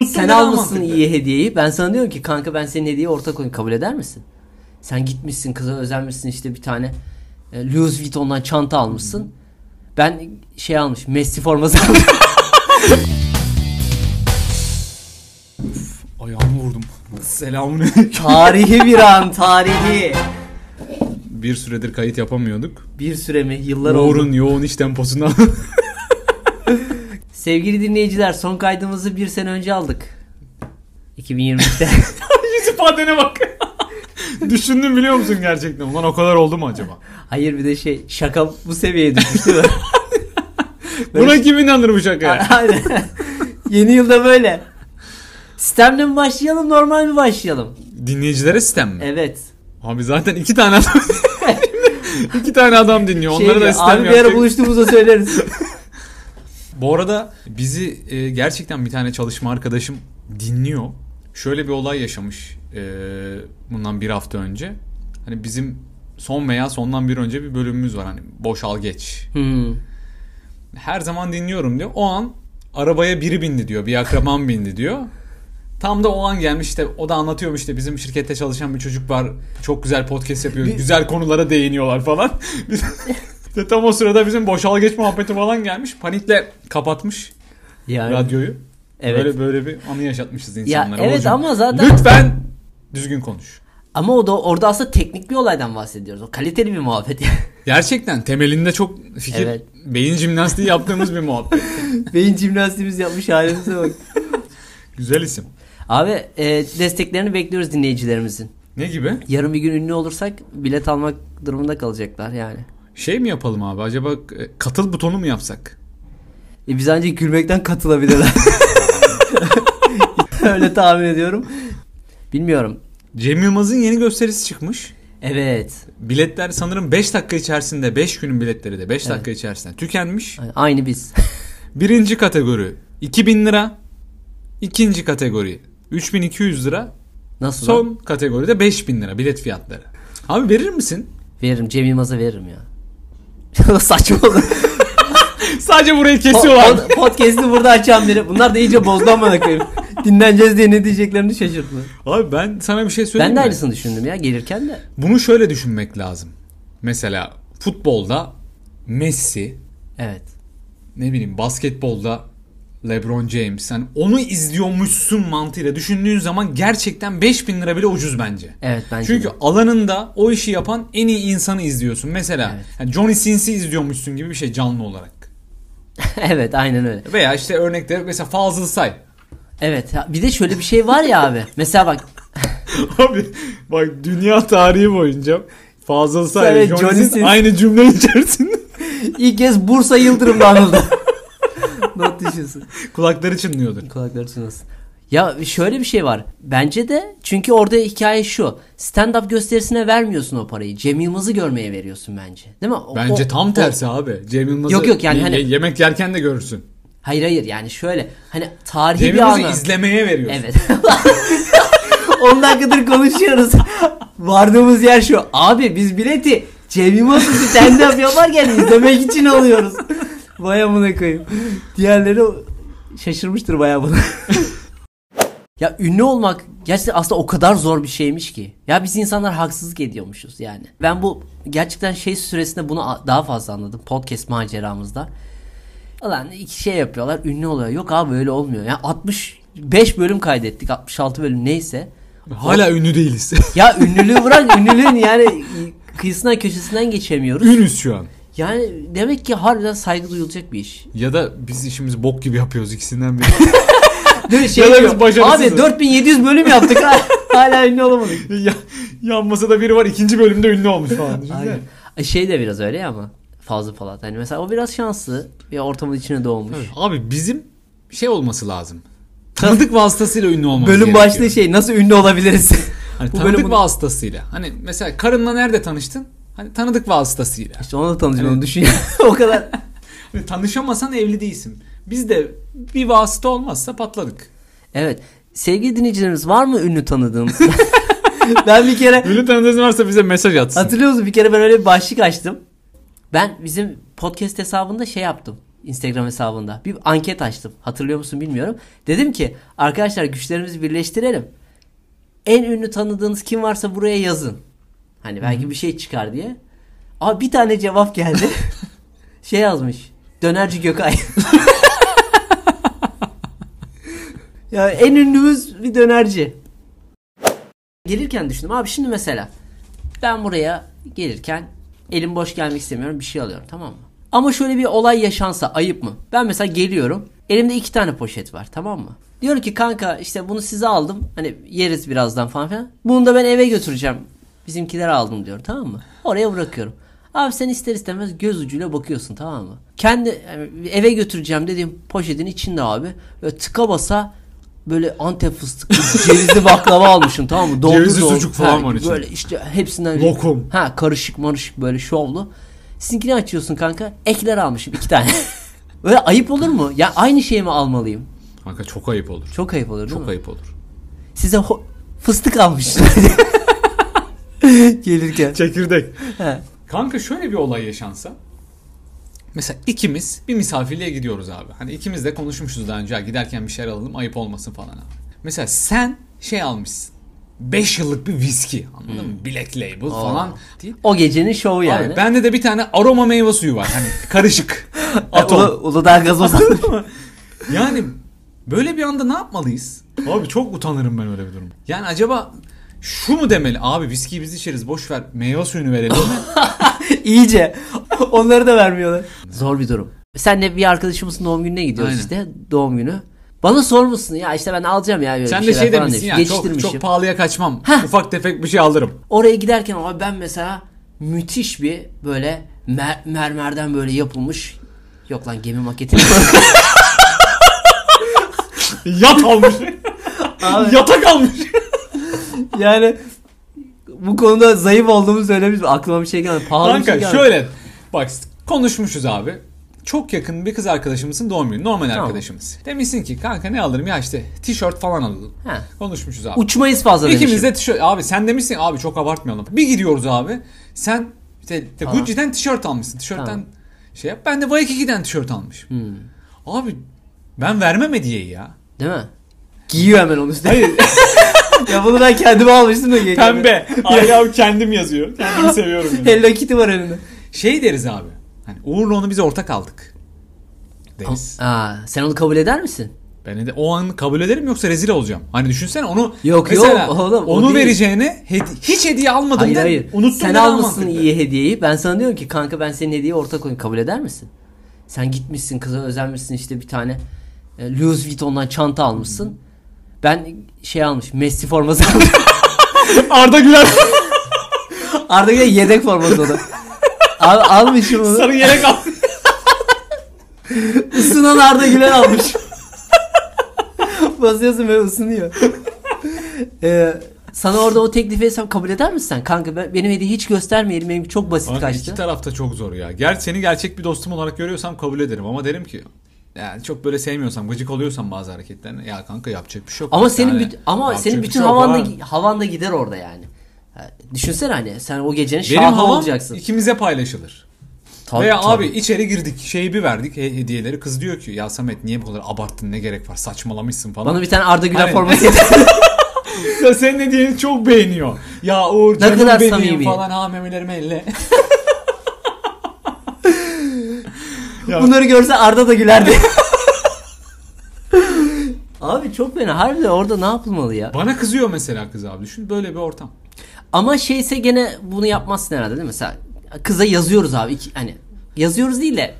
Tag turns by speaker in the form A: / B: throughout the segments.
A: tuttum.
B: Sen
A: ben
B: almışsın
A: almam dedi.
B: iyi hediyeyi. Ben sana diyorum ki kanka ben senin hediyeyi ortak oyun kabul eder misin? Sen gitmişsin kıza özenmişsin işte bir tane e, Louis Vuitton'dan çanta almışsın. Ben şey almış Messi forması almış.
A: Ayağımı vurdum. Selamünaleyküm.
B: tarihi bir an tarihi.
A: Bir süredir kayıt yapamıyorduk.
B: Bir süre mi yıllar oldu.
A: Uğur'un yoğun iş temposuna.
B: Sevgili dinleyiciler son kaydımızı bir sene önce aldık. 2020'de.
A: Yüz ifadene bak. Düşündüm biliyor musun gerçekten? Ulan o kadar oldu mu acaba?
B: Hayır bir de şey şaka bu seviyeye düşmüştü de.
A: Buna kim inanır bu şakaya?
B: Aynen. Yeni yılda böyle. Sistemle mi başlayalım normal mi başlayalım?
A: Dinleyicilere sistem mi?
B: Evet.
A: Abi zaten iki tane adam iki tane adam dinliyor.
B: Şey
A: Onlara da
B: diyor,
A: sistem
B: abi bir ara
A: yapacak.
B: buluştuğumuzda söyleriz.
A: Bu arada bizi e, gerçekten bir tane çalışma arkadaşım dinliyor. Şöyle bir olay yaşamış e, bundan bir hafta önce. Hani bizim son veya sondan bir önce bir bölümümüz var hani boş al geç
B: Hmm.
A: her zaman dinliyorum diyor. O an arabaya biri bindi diyor. Bir akraban bindi diyor. Tam da o an gelmiş işte o da anlatıyormuş işte bizim şirkette çalışan bir çocuk var. Çok güzel podcast yapıyor. Güzel konulara değiniyorlar falan. Biz- İşte tam o sırada bizim boşal geç muhabbeti falan gelmiş. Panikle kapatmış
B: Yani,
A: radyoyu.
B: evet.
A: Böyle böyle bir anı yaşatmışız insanlara.
B: evet
A: Hocam,
B: ama zaten-
A: Lütfen düzgün konuş.
B: Ama o da orada aslında teknik bir olaydan bahsediyoruz. O kaliteli bir muhabbet.
A: Gerçekten temelinde çok fikir
B: Evet.
A: beyin jimnastiği yaptığımız bir muhabbet.
B: Beyin jimnastiğimiz yapmış halimize bak.
A: Güzel isim.
B: Abi e, desteklerini bekliyoruz dinleyicilerimizin.
A: Ne gibi?
B: Yarın bir gün ünlü olursak bilet almak durumunda kalacaklar yani.
A: Şey mi yapalım abi acaba e, katıl butonu mu yapsak?
B: E, biz ancak gülmekten katılabilirler. Öyle tahmin ediyorum. Bilmiyorum.
A: Cem Yılmaz'ın yeni gösterisi çıkmış.
B: Evet.
A: Biletler sanırım 5 dakika içerisinde 5 günün biletleri de 5 dakika içerisinde tükenmiş.
B: Aynı biz.
A: Birinci kategori 2000 lira. ikinci kategori 3200 lira.
B: Nasıl? lan?
A: Son kategoride 5000 lira bilet fiyatları. Abi verir misin?
B: Veririm. Cem Yılmaz'a veririm ya. Saçma oldu.
A: Sadece burayı kesiyorlar.
B: Po- Podcast'i burada açan biri. Bunlar da iyice bozdu amına koyayım. Dinleneceğiz diye ne diyeceklerini şaşırdılar.
A: Abi ben sana bir şey söyleyeyim
B: Ben de
A: mi?
B: aynısını düşündüm ya gelirken de.
A: Bunu şöyle düşünmek lazım. Mesela futbolda Messi,
B: Evet.
A: ne bileyim basketbolda LeBron James. Yani onu izliyormuşsun mantığıyla düşündüğün zaman gerçekten 5000 lira bile ucuz bence.
B: Evet bence.
A: Çünkü
B: de.
A: alanında o işi yapan en iyi insanı izliyorsun. Mesela
B: Evet.
A: yani Johnny Sins'i izliyormuşsun gibi bir şey canlı olarak.
B: evet aynen öyle.
A: Veya işte örnekte mesela Fazıl Say.
B: Evet. ha, Bir de şöyle bir şey var ya abi. Mesela bak
A: Abi bak dünya tarihi boyunca Fazıl
B: Say, Evet, Johnny Johnny Sins Sins.
A: aynı cümle içerisinde.
B: ilk kez Bursa Yıldırım'da anıldı. Not düşünsün.
A: Kulakları çınlıyordur.
B: Kulakları çınlasın. Ya şöyle bir şey var. Bence de çünkü orada hikaye şu. Stand-up gösterisine vermiyorsun o parayı. Cem Yılmaz'ı görmeye veriyorsun bence. Değil mi? O-
A: Bence
B: o-
A: tam
B: o-
A: tersi abi. Cem Yılmaz'ı
B: Yok, yok, yani
A: ye-
B: hani-
A: yemek yerken de görürsün.
B: Hayır hayır yani şöyle. Hani tarihi
A: Cem
B: bir
A: Yılmaz'ı
B: anı.
A: izlemeye veriyorsun.
B: Evet. 10 dakikadır konuşuyoruz. Vardığımız yer şu. Abi biz bileti Cem Yılmaz'ın stand up yaparken izlemek için alıyoruz. Vay amına koyayım. Diğerleri şaşırmıştır bayağı bunu. ya ünlü olmak gerçekten aslında o kadar zor bir şeymiş ki. Ya biz insanlar haksızlık ediyormuşuz yani. Ben bu gerçekten şey süresinde bunu a- daha fazla anladım podcast maceramızda. Ulan iki şey yapıyorlar ünlü oluyor. Yok abi öyle olmuyor. Ya 65 bölüm kaydettik 66 bölüm neyse.
A: Hala ünlü değiliz.
B: Ya ünlülüğü bırak ünlülüğün yani kıyısından köşesinden geçemiyoruz.
A: Ünüz şu an.
B: Yani demek ki harbiden saygı duyulacak bir iş.
A: Ya da biz işimizi bok gibi yapıyoruz ikisinden biri.
B: Değil mi? Şey
A: Ya da biz
B: diyor,
A: başarısızız.
B: abi 4700 bölüm yaptık ha, hala ünlü olamadık.
A: ya, yan masada biri var ikinci bölümde ünlü olmuş falan. Düşünsene.
B: Aynen. Şey de biraz öyle ya ama fazla Polat. Hani mesela o biraz şanslı ve ortamın içine doğmuş.
A: Abi bizim şey olması lazım. Tanıdık vasıtasıyla ünlü olmamız
B: Bölüm
A: gerekiyor.
B: başlığı şey nasıl ünlü olabiliriz?
A: Hani
B: bu
A: tanıdık
B: bölümün-
A: vasıtasıyla. Hani mesela karınla nerede tanıştın? Hani tanıdık vasıtasıyla.
B: işte onu da tanıyacağım onu düşün. o kadar
A: Hani tanışamasan evli değilsin. Biz de bir vasıta olmazsa patladık.
B: Evet. Sevgili dinleyicilerimiz var mı ünlü tanıdığımız? ben bir kere
A: Ünlü tanıdığınız varsa bize mesaj atsın.
B: hatırlıyor musun? Bir kere ben öyle bir başlık açtım. Ben bizim podcast hesabında şey yaptım. Instagram hesabında. Bir anket açtım. Hatırlıyor musun bilmiyorum. Dedim ki arkadaşlar güçlerimizi birleştirelim. En ünlü tanıdığınız kim varsa buraya yazın. Hani belki bir şey çıkar diye. Abi bir tane cevap geldi. şey yazmış. Dönerci Gökay. ya en ünlümüz bir dönerci. Gelirken düşündüm. Abi şimdi mesela ben buraya gelirken elim boş gelmek istemiyorum bir şey alıyorum tamam mı? Ama şöyle bir olay yaşansa ayıp mı? Ben mesela geliyorum elimde iki tane poşet var tamam mı? Diyorum ki kanka işte bunu size aldım hani yeriz birazdan falan filan. Bunu da ben eve götüreceğim bizimkiler aldım diyorum tamam mı? Oraya bırakıyorum. Abi sen ister istemez göz ucuyla bakıyorsun tamam mı? Kendi yani eve götüreceğim dediğim poşetin içinde abi böyle tıka basa böyle antep fıstıklı cevizli baklava almışım tamam mı? Dondu
A: Cevizli
B: dondu.
A: sucuk falan
B: Ha,
A: var içinde.
B: Böyle işte hepsinden
A: Lokum.
B: Ha karışık marışık böyle şovlu. Sizinkini açıyorsun kanka. Ekler almışım iki tane. böyle ayıp olur mu? Ya aynı şeyi mi almalıyım?
A: Kanka çok ayıp olur.
B: Çok ayıp olur değil mi?
A: Çok ayıp olur.
B: Size ho- fıstık almış. Gelirken.
A: Çekirdek.
B: Ha.
A: Kanka şöyle bir olay yaşansa. Mesela ikimiz bir misafirliğe gidiyoruz abi. Hani ikimiz de konuşmuşuz daha önce. "Ya Giderken bir şeyler alalım ayıp olmasın falan abi. Mesela sen şey almışsın. 5 yıllık bir viski anladın mı? Black Label falan. Değil.
B: O gecenin şovu yani.
A: Abi bende de bir tane aroma meyve suyu var. Hani karışık.
B: Ha,
A: Atom.
B: Ulu, Uludağ gazozu.
A: Yani böyle bir anda ne yapmalıyız? Abi çok utanırım ben öyle bir durumda. Yani acaba şu mu demeli? Abi viskiyi biz içeriz boş ver meyve suyunu verelim mi?
B: İyice. Onları da vermiyorlar. Zor bir durum. Senle bir arkadaşımızın doğum gününe gidiyoruz
A: Aynen.
B: işte. Doğum günü. Bana sormuşsun ya işte ben alacağım ya böyle
A: Sen
B: bir
A: de
B: şeyler
A: şey
B: falan
A: demişsin
B: demiş.
A: ya çok,
B: Geçiştirmişim.
A: çok pahalıya kaçmam.
B: Heh.
A: Ufak tefek bir şey alırım.
B: Oraya giderken abi ben mesela müthiş bir böyle mer- mermerden böyle yapılmış yok lan gemi maketi
A: Yat almış. Yatak almış.
B: yani bu konuda zayıf olduğumu söylemiş aklıma bir şey gelmedi pahalı bir şey
A: Kanka
B: gelmedi.
A: şöyle bak konuşmuşuz abi. Çok yakın bir kız arkadaşımızın doğum günü. Normal arkadaşımız. Demişsin ki kanka ne alırım ya işte tişört falan alalım.
B: Ha.
A: Konuşmuşuz abi.
B: uçmayız fazla
A: İkimiz
B: demişim
A: de tişört. Abi sen demişsin abi çok abartmayalım. Bir gidiyoruz abi. Sen işte de Gucci'den tişört almışsın. Tişörtten
B: Tamam. Hmm.
A: şey yap. Ben de Waikiki'den tişört almışım. Abi ben vermem hediyeyi ya.
B: değil mi? Giyiyor hemen onun üstüne. ya bunu ben kendime almıştım da geçen.
A: Hala kendim yazıyor. Kendimi seviyorum.
B: Hello Kitty var önünde.
A: Şey deriz abi. Hani Uğur'la onu biz ortak aldık. Deriz.
B: Aa, sen onu kabul eder misin?
A: Ben de o an kabul ederim yoksa rezil olacağım. Hani düşünsene onu
B: Yok,
A: mesela
B: yok oğlum, o
A: onu
B: değil.
A: vereceğine hedi- hiç hediye almadım
B: Hayır
A: der,
B: hayır.
A: Unuttum
B: sen
A: der, aman
B: almışsın
A: dedi.
B: iyi hediyeyi. Ben sana diyorum ki kanka ben senin hediyeyi ortak koyayım. Kabul eder misin? Sen gitmişsin kıza özenmişsin işte bir tane e, Louis Vuitton'dan çanta almışsın. Ben şey almış Messi forması almış.
A: Arda Güler
B: Arda Güler yedek forması o da. Al, almışım onu.
A: yelek aldı.
B: Isınan Arda Güler almış. Basıyorsun böyle ısınıyor. Ee, sana orada o teklifi etsem kabul eder misin sen? Kanka ben, benim hediye hiç göstermeyelim. Benim çok basit
A: Kanka
B: kaçtı.
A: iki tarafta çok zor ya. Gerçi seni gerçek bir dostum olarak görüyorsam kabul ederim ama derim ki yani çok böyle sevmiyorsam, gıcık oluyorsam bazı hareketlerine ya kanka yapacak bir şey yok.
B: Ama
A: Yani
B: senin büt- ama
A: yapacak
B: senin
A: bir
B: bütün
A: şey yok
B: havan da
A: abi.
B: gi- havan da gider orada yani. Ha, Düşünsene hani sen o gecenin
A: benim
B: şahı
A: havam
B: olacaksın.
A: ikimize paylaşılır.
B: Tabii,
A: Veya
B: tabii.
A: abi içeri girdik şeyi bir verdik he- hediyeleri kız diyor ki ya Samet niye bu kadar abarttın ne gerek var saçmalamışsın falan.
B: bana bir şey tane Arda Güler
A: Aynen.
B: forması getir.
A: Ya senin hediyeni çok beğeniyor. Ya Uğur canım
B: kadar
A: benim
B: samimi.
A: falan ha memelerimi elle. Ya.
B: Bunları görse Arda da gülerdi. Abi çok fena. Harbiden orada ne yapılmalı ya?
A: Bana kızıyor mesela kız abi düşün böyle bir ortam.
B: Ama şeyse gene bunu yapmazsın herhalde değil mi? Mesela kıza yazıyoruz abi. İki- hani yazıyoruz değil de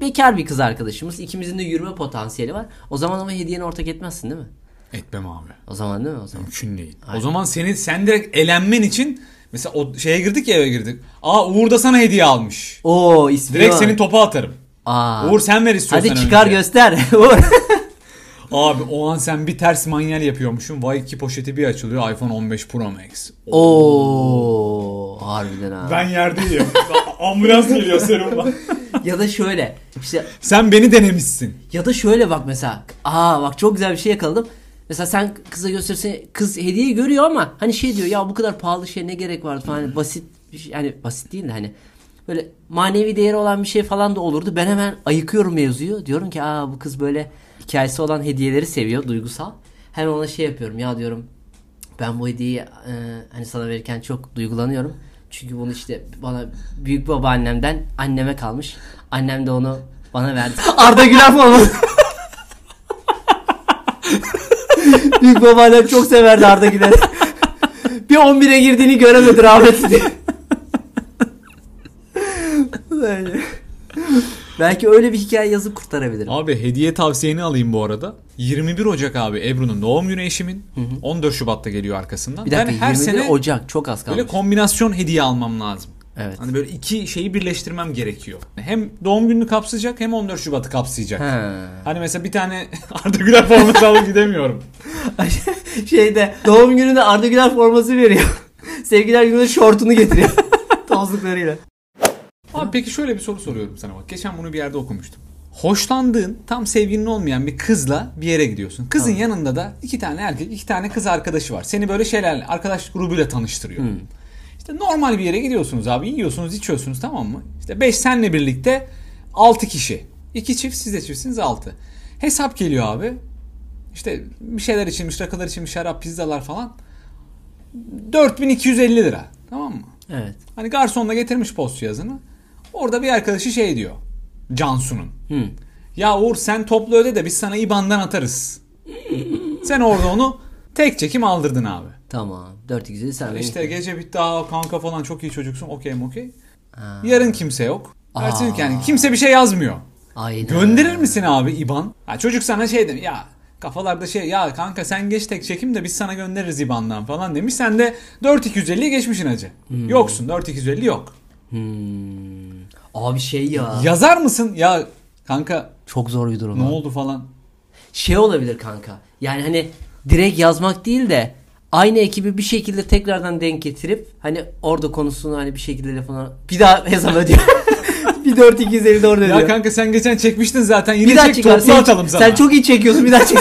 B: bekar bir kız arkadaşımız. ikimizin de yürüme potansiyeli var. O zaman ama hediyeni ortak etmezsin değil mi?
A: Etmem abi.
B: O zaman değil mi? O zaman.
A: Mümkün değil. O zaman senin sen direkt elenmen için mesela o şeye girdik ya eve girdik. Aa Uğur da sana hediye almış.
B: Oo ismi
A: Direkt
B: var.
A: senin topa atarım.
B: Aa.
A: Uğur sen ver istiyorsan.
B: Hadi çıkar
A: önce.
B: göster. Uğur.
A: Abi o an sen bir ters manyel yapıyormuşsun. Vay iki poşeti bir açılıyor iPhone 15 Pro Max.
B: Oo harbiden ha.
A: yerdeyim. Ambulans geliyor serumla.
B: Ya da şöyle işte
A: Sen beni denemişsin.
B: ya da şöyle bak mesela. Aa bak çok güzel bir şey yakaladım. Mesela sen kıza gösterse kız hediyeyi görüyor ama hani şey diyor ya bu kadar pahalı şey ne gerek var falan hani basit bir şey- yani basit değil de hani böyle manevi değeri olan bir şey falan da olurdu. Ben hemen ayıkıyorum mevzuyu. Diyorum ki aa bu kız böyle hikayesi olan hediyeleri seviyor duygusal. Hemen ona şey yapıyorum ya diyorum ben bu hediyeyi e, hani sana verirken çok duygulanıyorum. Çünkü bunu işte bana büyük babaannemden anneme kalmış. Annem de onu bana verdi. Arda Güler falan. büyük babaannem çok severdi Arda Güler. Bir 11'e girdiğini göremedi rahmetli diye. Böyle. Belki öyle bir hikaye yazıp kurtarabilirim.
A: Abi hediye tavsiyeni alayım bu arada. 21 Ocak abi Ebru'nun doğum günü eşimin. 14 Şubat'ta geliyor arkasından.
B: Bir dakika
A: ben her
B: 21
A: sene
B: Ocak çok az kalmış.
A: böyle kombinasyon hediye almam lazım.
B: Evet.
A: Hani böyle iki şeyi birleştirmem gerekiyor. Hem doğum gününü kapsayacak hem 14 Şubat'ı kapsayacak.
B: Ha.
A: Hani mesela bir tane Arda Güler forması alıp gidemiyorum.
B: Şeyde doğum gününde Arda Güler forması veriyor. Sevgiler gününde şortunu getiriyor. Tozluklarıyla.
A: Abi peki şöyle bir soru soruyorum sana bak. Geçen bunu bir yerde okumuştum. Hoşlandığın tam sevgilin olmayan bir kızla bir yere gidiyorsun. Kızın yanında da iki tane erkek iki tane kız arkadaşı var. Seni böyle şeylerle arkadaş grubuyla tanıştırıyor. İşte normal bir yere gidiyorsunuz abi. Yiyorsunuz içiyorsunuz tamam mı? İşte 5 senle birlikte 6 kişi. 2 çift siz de çiftsiniz 6. Hesap geliyor abi. İşte bir şeyler içilmiş, rakılar içilmiş, şarap, pizzalar falan. 4250 lira. Tamam mı?
B: Evet.
A: Hani garson da getirmiş post cihazını. Orada bir arkadaşı şey diyor. Cansu'nun.
B: Hı.
A: Ya Uğur sen toplu öde de biz sana IBAN'dan atarız. sen orada onu tek çekim aldırdın abi.
B: Tamam. 4200 sen beni-
A: İşte gece bitti daha kanka falan çok iyi çocuksun okey okey.
B: Ha.
A: Yarın kimse yok. Ertesi gün
B: Aa.
A: yani kimse bir şey yazmıyor.
B: Aynen.
A: Gönderir misin abi IBAN? Ha, çocuk sana şey demiş ya kafalarda şey ya kanka sen geç tek çekim de biz sana göndeririz IBAN'dan falan demiş. Sen de 4250'ye geçmişsin acı. Yoksun 4250 yok.
B: Hmm. Abi şey ya.
A: Yazar mısın ya kanka
B: Çok zor bir durum.
A: ne
B: abi.
A: oldu falan.
B: Şey olabilir kanka. Yani hani direkt yazmak değil de aynı ekibi bir şekilde tekrardan denk getirip hani orada konusunu hani bir şekilde lafına bir daha hesap ödüyor. bir 4250 de orada ödüyor.
A: Ya kanka sen geçen çekmiştin zaten yine
B: bir daha
A: çek
B: çıkar.
A: toplu
B: Sen,
A: atalım sana.
B: sen çok iyi çekiyorsun bir daha çek.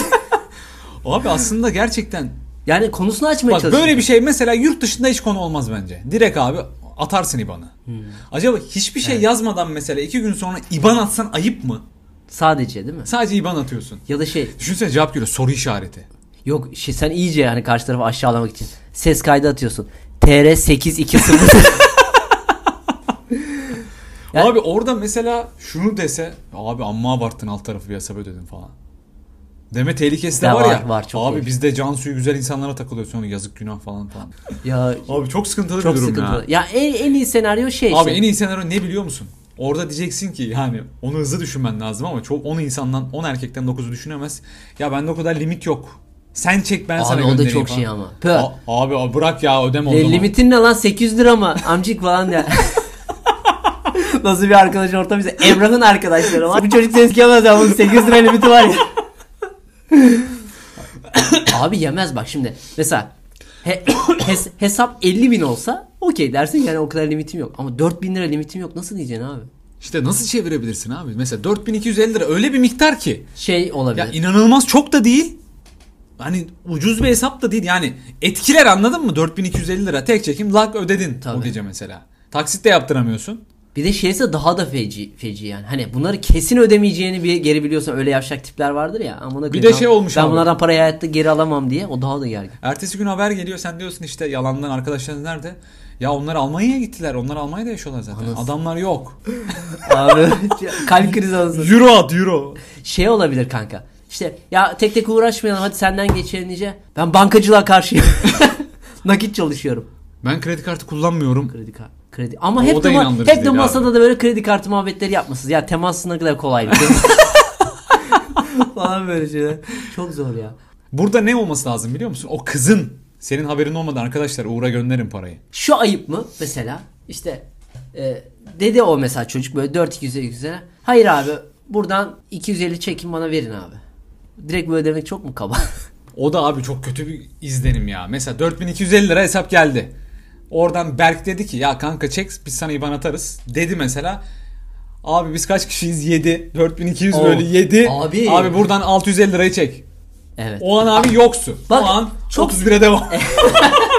A: Abi aslında gerçekten
B: yani konusunu açmaya
A: bak
B: çalışıyor.
A: böyle bir şey mesela yurt dışında hiç konu olmaz bence. Direkt abi atarsın IBAN'ı. Acaba hiçbir şey yazmadan mesela iki gün sonra IBAN atsan ayıp mı?
B: Sadece değil mi?
A: Sadece IBAN atıyorsun.
B: Ya da şey
A: Düşünsene cevap geliyor soru işareti.
B: yok şey sen iyice yani karşı tarafı aşağılamak için ses kaydı atıyorsun. TR 820 Yani-
A: Abi orada mesela şunu dese abi amma abarttın alt tarafı bir hesap ödedin falan. Deme tehlikesi de
B: Ya
A: var,
B: var,
A: ya.
B: var, çok
A: abi
B: tehlikeli.
A: bizde can suyu güzel insanlara takılıyor sonra yazık günah falan falan.
B: ya
A: Abi çok sıkıntılı
B: çok
A: bir durum
B: sıkıntılı.
A: ya.
B: Ya, en, en iyi senaryo şey
A: Abi
B: işte.
A: en iyi senaryo ne biliyor musun? Orada diyeceksin ki yani onu hızlı düşünmen lazım ama çok 10 insandan 10 erkekten 9'u düşünemez. Ya bende o kadar limit yok. Sen çek ben
B: Abi
A: sana
B: o da
A: göndereyim
B: çok
A: falan.
B: şey ama. Pö.
A: A- abi a- bırak ya ödeme o
B: E,
A: zaman.
B: limitin ne lan 800 lira mı amcık falan ya. Nasıl bir arkadaş ortam bize? Emrah'ın arkadaşları var. Bu çocuk ses gelmez ya bunun 800 lira limiti var ya. Abi yemez bak şimdi. Mesela he- hes- hesap 50 bin olsa okey dersin yani o kadar limitim yok. Ama 4000 lira limitim yok nasıl diyeceksin abi?
A: İşte nasıl çevirebilirsin abi? Mesela 4250 lira öyle bir miktar ki.
B: Şey olabilir.
A: Ya inanılmaz çok da değil. Hani ucuz bir hesap da değil. Yani etkiler anladın mı? 4250 lira tek çekim lak ödedin o
B: Tabii.
A: gece mesela. Taksit de yaptıramıyorsun.
B: Bir de şeyse daha da feci feci yani. Hani bunları kesin ödemeyeceğini bir geri biliyorsan öyle yavşak tipler vardır ya. Amına koyayım,
A: de
B: ben-
A: şey olmuş
B: Ben
A: abi.
B: bunlardan parayı hayatta geri alamam diye o daha da gergin.
A: Ertesi gün haber geliyor sen diyorsun işte yalandan arkadaşların nerede? Ya onlar Almanya'ya gittiler. Onlar Almanya'da yaşıyorlar zaten. Adamlar yok.
B: Abi kalp krizi olsun.
A: euro at euro.
B: Şey olabilir kanka. İşte ya tek tek uğraşmayalım hadi senden geçelim diyece. Ben bankacılığa karşıyım. Nakit çalışıyorum.
A: Ben kredi kartı kullanmıyorum.
B: Kredi kart. Kredi. Ama
A: O
B: hep
A: da
B: de, ma-
A: inandırıcı
B: hep de
A: değil abi.
B: masada da böyle kredi kartı muhabbetleri yapmışsınız. Ya temas ne kadar kolay. şey. Falan böyle şeyler. Çok zor ya.
A: Burada ne olması lazım biliyor musun? O kızın senin haberin olmadan arkadaşlar Uğur'a gönderin parayı.
B: Şu ayıp mı mesela? İşte e, dedi o mesela çocuk böyle 4 250 250. Hayır abi buradan 250 çekin bana verin abi. Direkt böyle demek çok mu kaba?
A: O da abi çok kötü bir izlenim ya. Mesela 4250 lira hesap geldi. Oradan Berk dedi ki ya kanka çek biz sana IBAN atarız. Dedi mesela. Abi biz kaç kişiyiz? 7. 4200
B: Oo.
A: bölü 7.
B: Abi.
A: Abi buradan 650 lirayı çek.
B: Evet.
A: O an abi yoksun.
B: Bak,
A: o an
B: çok-
A: 31'e devam.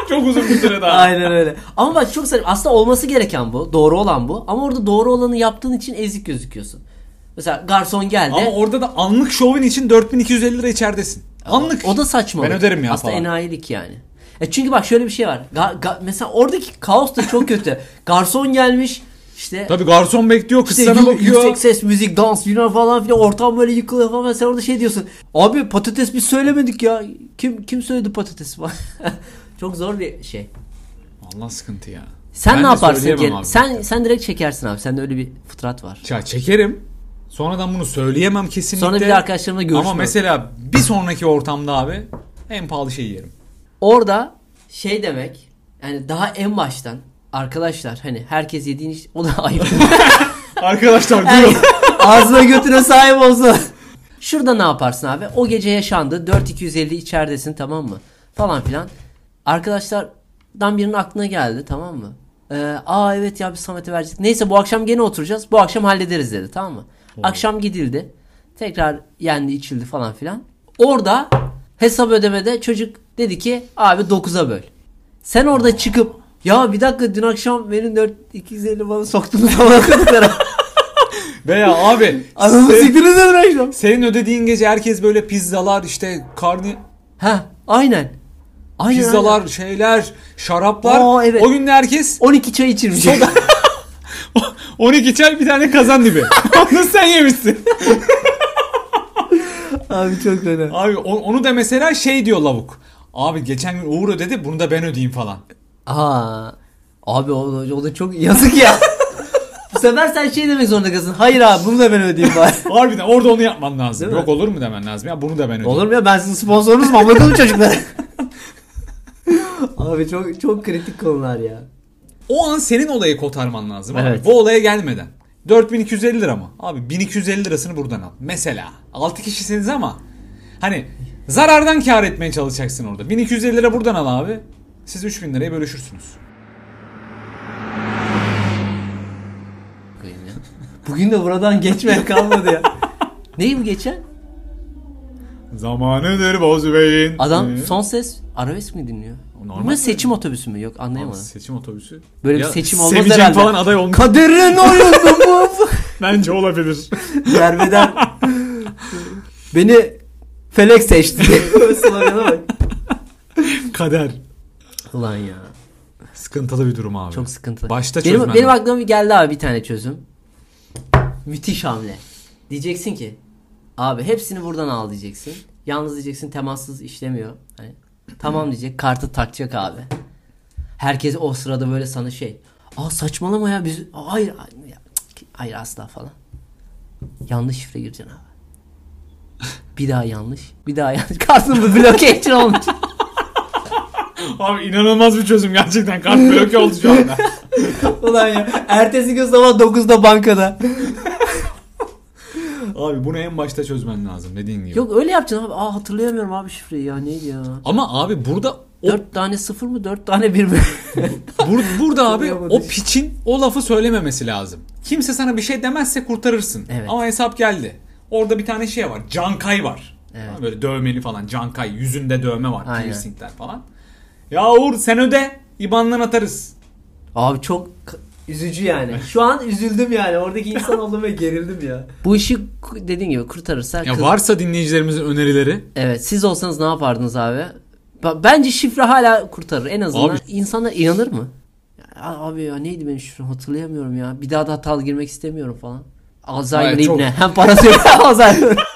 A: çok uzun bir süre daha.
B: Aynen öyle. Ama bak çok saçma. Aslında olması gereken bu. Doğru olan bu. Ama orada doğru olanı yaptığın için ezik gözüküyorsun. Mesela garson geldi.
A: Ama orada da anlık şovun için 4250 lira içeridesin. Anlık.
B: O da saçma.
A: Ben öderim ya
B: Aslında
A: falan.
B: enayilik yani. E çünkü bak şöyle bir şey var. Ga- ga- mesela oradaki kaos da çok kötü. Garson gelmiş işte
A: Tabii garson bekliyor, kız
B: işte
A: sana
B: yu-
A: bakıyor.
B: yüksek ses müzik dans filan falan filan ortam böyle yıkılıyor falan sen orada şey diyorsun. Abi patates biz söylemedik ya. Kim kim söyledi patates falan. çok zor bir şey.
A: Allah sıkıntı ya.
B: Sen
A: Ben
B: ne
A: de
B: yaparsın
A: söyleyemem
B: ki?
A: abi.
B: Sen sen direkt çekersin abi. Sende öyle bir fıtrat var.
A: Ya çekerim. Sonradan bunu söyleyemem kesinlikle.
B: Sonra bir de arkadaşlarımla görüşmem.
A: Ama mesela bir sonraki ortamda abi en pahalı şeyi yerim.
B: Orada şey demek yani daha en baştan arkadaşlar hani herkes yediğin iş- o da ayıp.
A: Arkadaşlar
B: Yani
A: duyun.
B: Ağzına götüne sahip olsun. Şurada ne yaparsın abi? O gece yaşandı. 4250 içeridesin tamam mı? Falan filan. Arkadaşlardan birinin aklına geldi tamam mı? Ee, aa evet ya biz Samet'e verecektik. Neyse bu akşam gene oturacağız. Bu akşam hallederiz dedi tamam mı? Akşam gidildi. Tekrar yendi içildi falan filan. Orada hesap ödemede çocuk dedi ki abi 9'a böl. Sen orada çıkıp ya bir dakika dün akşam benim 4250 bana soktunuz falan
A: Veya abi
B: Anamı
A: sen-
B: siktiniz ya dün akşam.
A: senin ödediğin gece herkes böyle pizzalar işte karni
B: Ha aynen. Aynen. aynen.
A: pizzalar şeyler şaraplar.
B: Aa, evet.
A: O gün de herkes
B: 12 çay içirmiş.
A: Şey- 12 çay bir tane kazan dibi. Onu sen yemişsin.
B: Abi çok fena.
A: Abi o- onu da mesela şey diyor lavuk. Abi geçen gün Uğur ödedi bunu da ben ödeyeyim falan.
B: Aa. Abi o, o da çok yazık ya. Bu sefer sen şey demek zorunda kalsın. Hayır abi bunu da ben ödeyeyim bari.
A: Harbiden orada onu yapman lazım.
B: Değil mi?
A: Yok olur mu demen lazım ya bunu da ben ödeyeyim.
B: Olur mu ya ben sizin sponsorunuz mu? Anlatalım çocuklara. abi çok çok kritik konular ya.
A: O an senin olayı kotarman lazım. abi.
B: Evet.
A: Bu olaya gelmeden. 4250 lira mı? Abi 1250 lirasını buradan al. Mesela 6 kişisiniz ama hani zarardan kar etmeye çalışacaksın orada. 1250 lira buradan al abi. Siz 3000 liraya bölüşürsünüz.
B: Bugün de buradan geçmeyen kalmadı ya. Neyi bu geçen?
A: Zamanıdır Bozbey'in.
B: Adam
A: Ee,
B: son ses arabesk mi dinliyor?
A: Normal
B: Normal Bu seçim otobüsü mü? Yok anlayamadım.
A: seçim otobüsü.
B: Böyle
A: Ya,
B: bir seçim olmaz
A: Sevecen
B: herhalde.
A: falan aday olmuş.
B: Kaderin oyunu bu.
A: Bence olabilir.
B: Derbeder. Beni Felek seçti. Slogana bak.
A: Kader.
B: Ulan ya.
A: Sıkıntılı bir durum abi.
B: Çok sıkıntı.
A: Başta
B: benim,
A: çözmen
B: Benim
A: lazım.
B: aklıma bir geldi abi bir tane çözüm. Müthiş hamle. Diyeceksin ki abi hepsini buradan al diyeceksin. Yalnız diyeceksin temassız işlemiyor. Hani, tamam diyecek kartı takacak abi. Herkes o sırada böyle sana şey. Aa saçmalama ya biz hayır hayır, ya, cık, hayır asla falan. Yanlış şifre gireceksin abi. Bir daha yanlış. Bir daha yanlış. Kartın bu bloke için olmuş.
A: Abi inanılmaz bir çözüm gerçekten. Kart bloke oldu şu anda.
B: Ulan ya. Ertesi gün sabah 9'da bankada.
A: Abi bunu en başta çözmen lazım dediğin gibi.
B: Yok öyle yapacaksın abi. Aa hatırlayamıyorum abi şifreyi ya neydi ya.
A: Ama abi burada o,
B: Dört tane sıfır mı? Dört tane bir mi?
A: bur- burada abi
B: Yapamadı
A: o
B: işte.
A: piçin o lafı söylememesi lazım. Kimse sana bir şey demezse kurtarırsın.
B: Evet.
A: Ama hesap geldi. Orada bir tane şey var. Cankay var.
B: Evet.
A: Ha, Böyle dövmeli falan. Cankay. Yüzünde dövme var.
B: Aynen.
A: Piercingler falan. Ya Uğur sen öde. İban'dan atarız.
B: abi çok k- üzücü yani. Şu an üzüldüm yani. Oradaki insan oldum ve gerildim ya. Bu işi ku- dediğin gibi kurtarırsa.
A: Ya
B: kız-
A: varsa dinleyicilerimizin önerileri
B: Evet siz olsanız ne yapardınız abi? Ba- Bence şifre hala kurtarır en azından.
A: Abi-
B: İnsanlar inanır mı? Ya, abi ya neydi benim şifrem hatırlayamıyorum ya. Bir daha da hatalı girmek istemiyorum falan. Alzheimer
A: Hayır, çok-
B: ibne. Hem parası yok hem Alzheimer.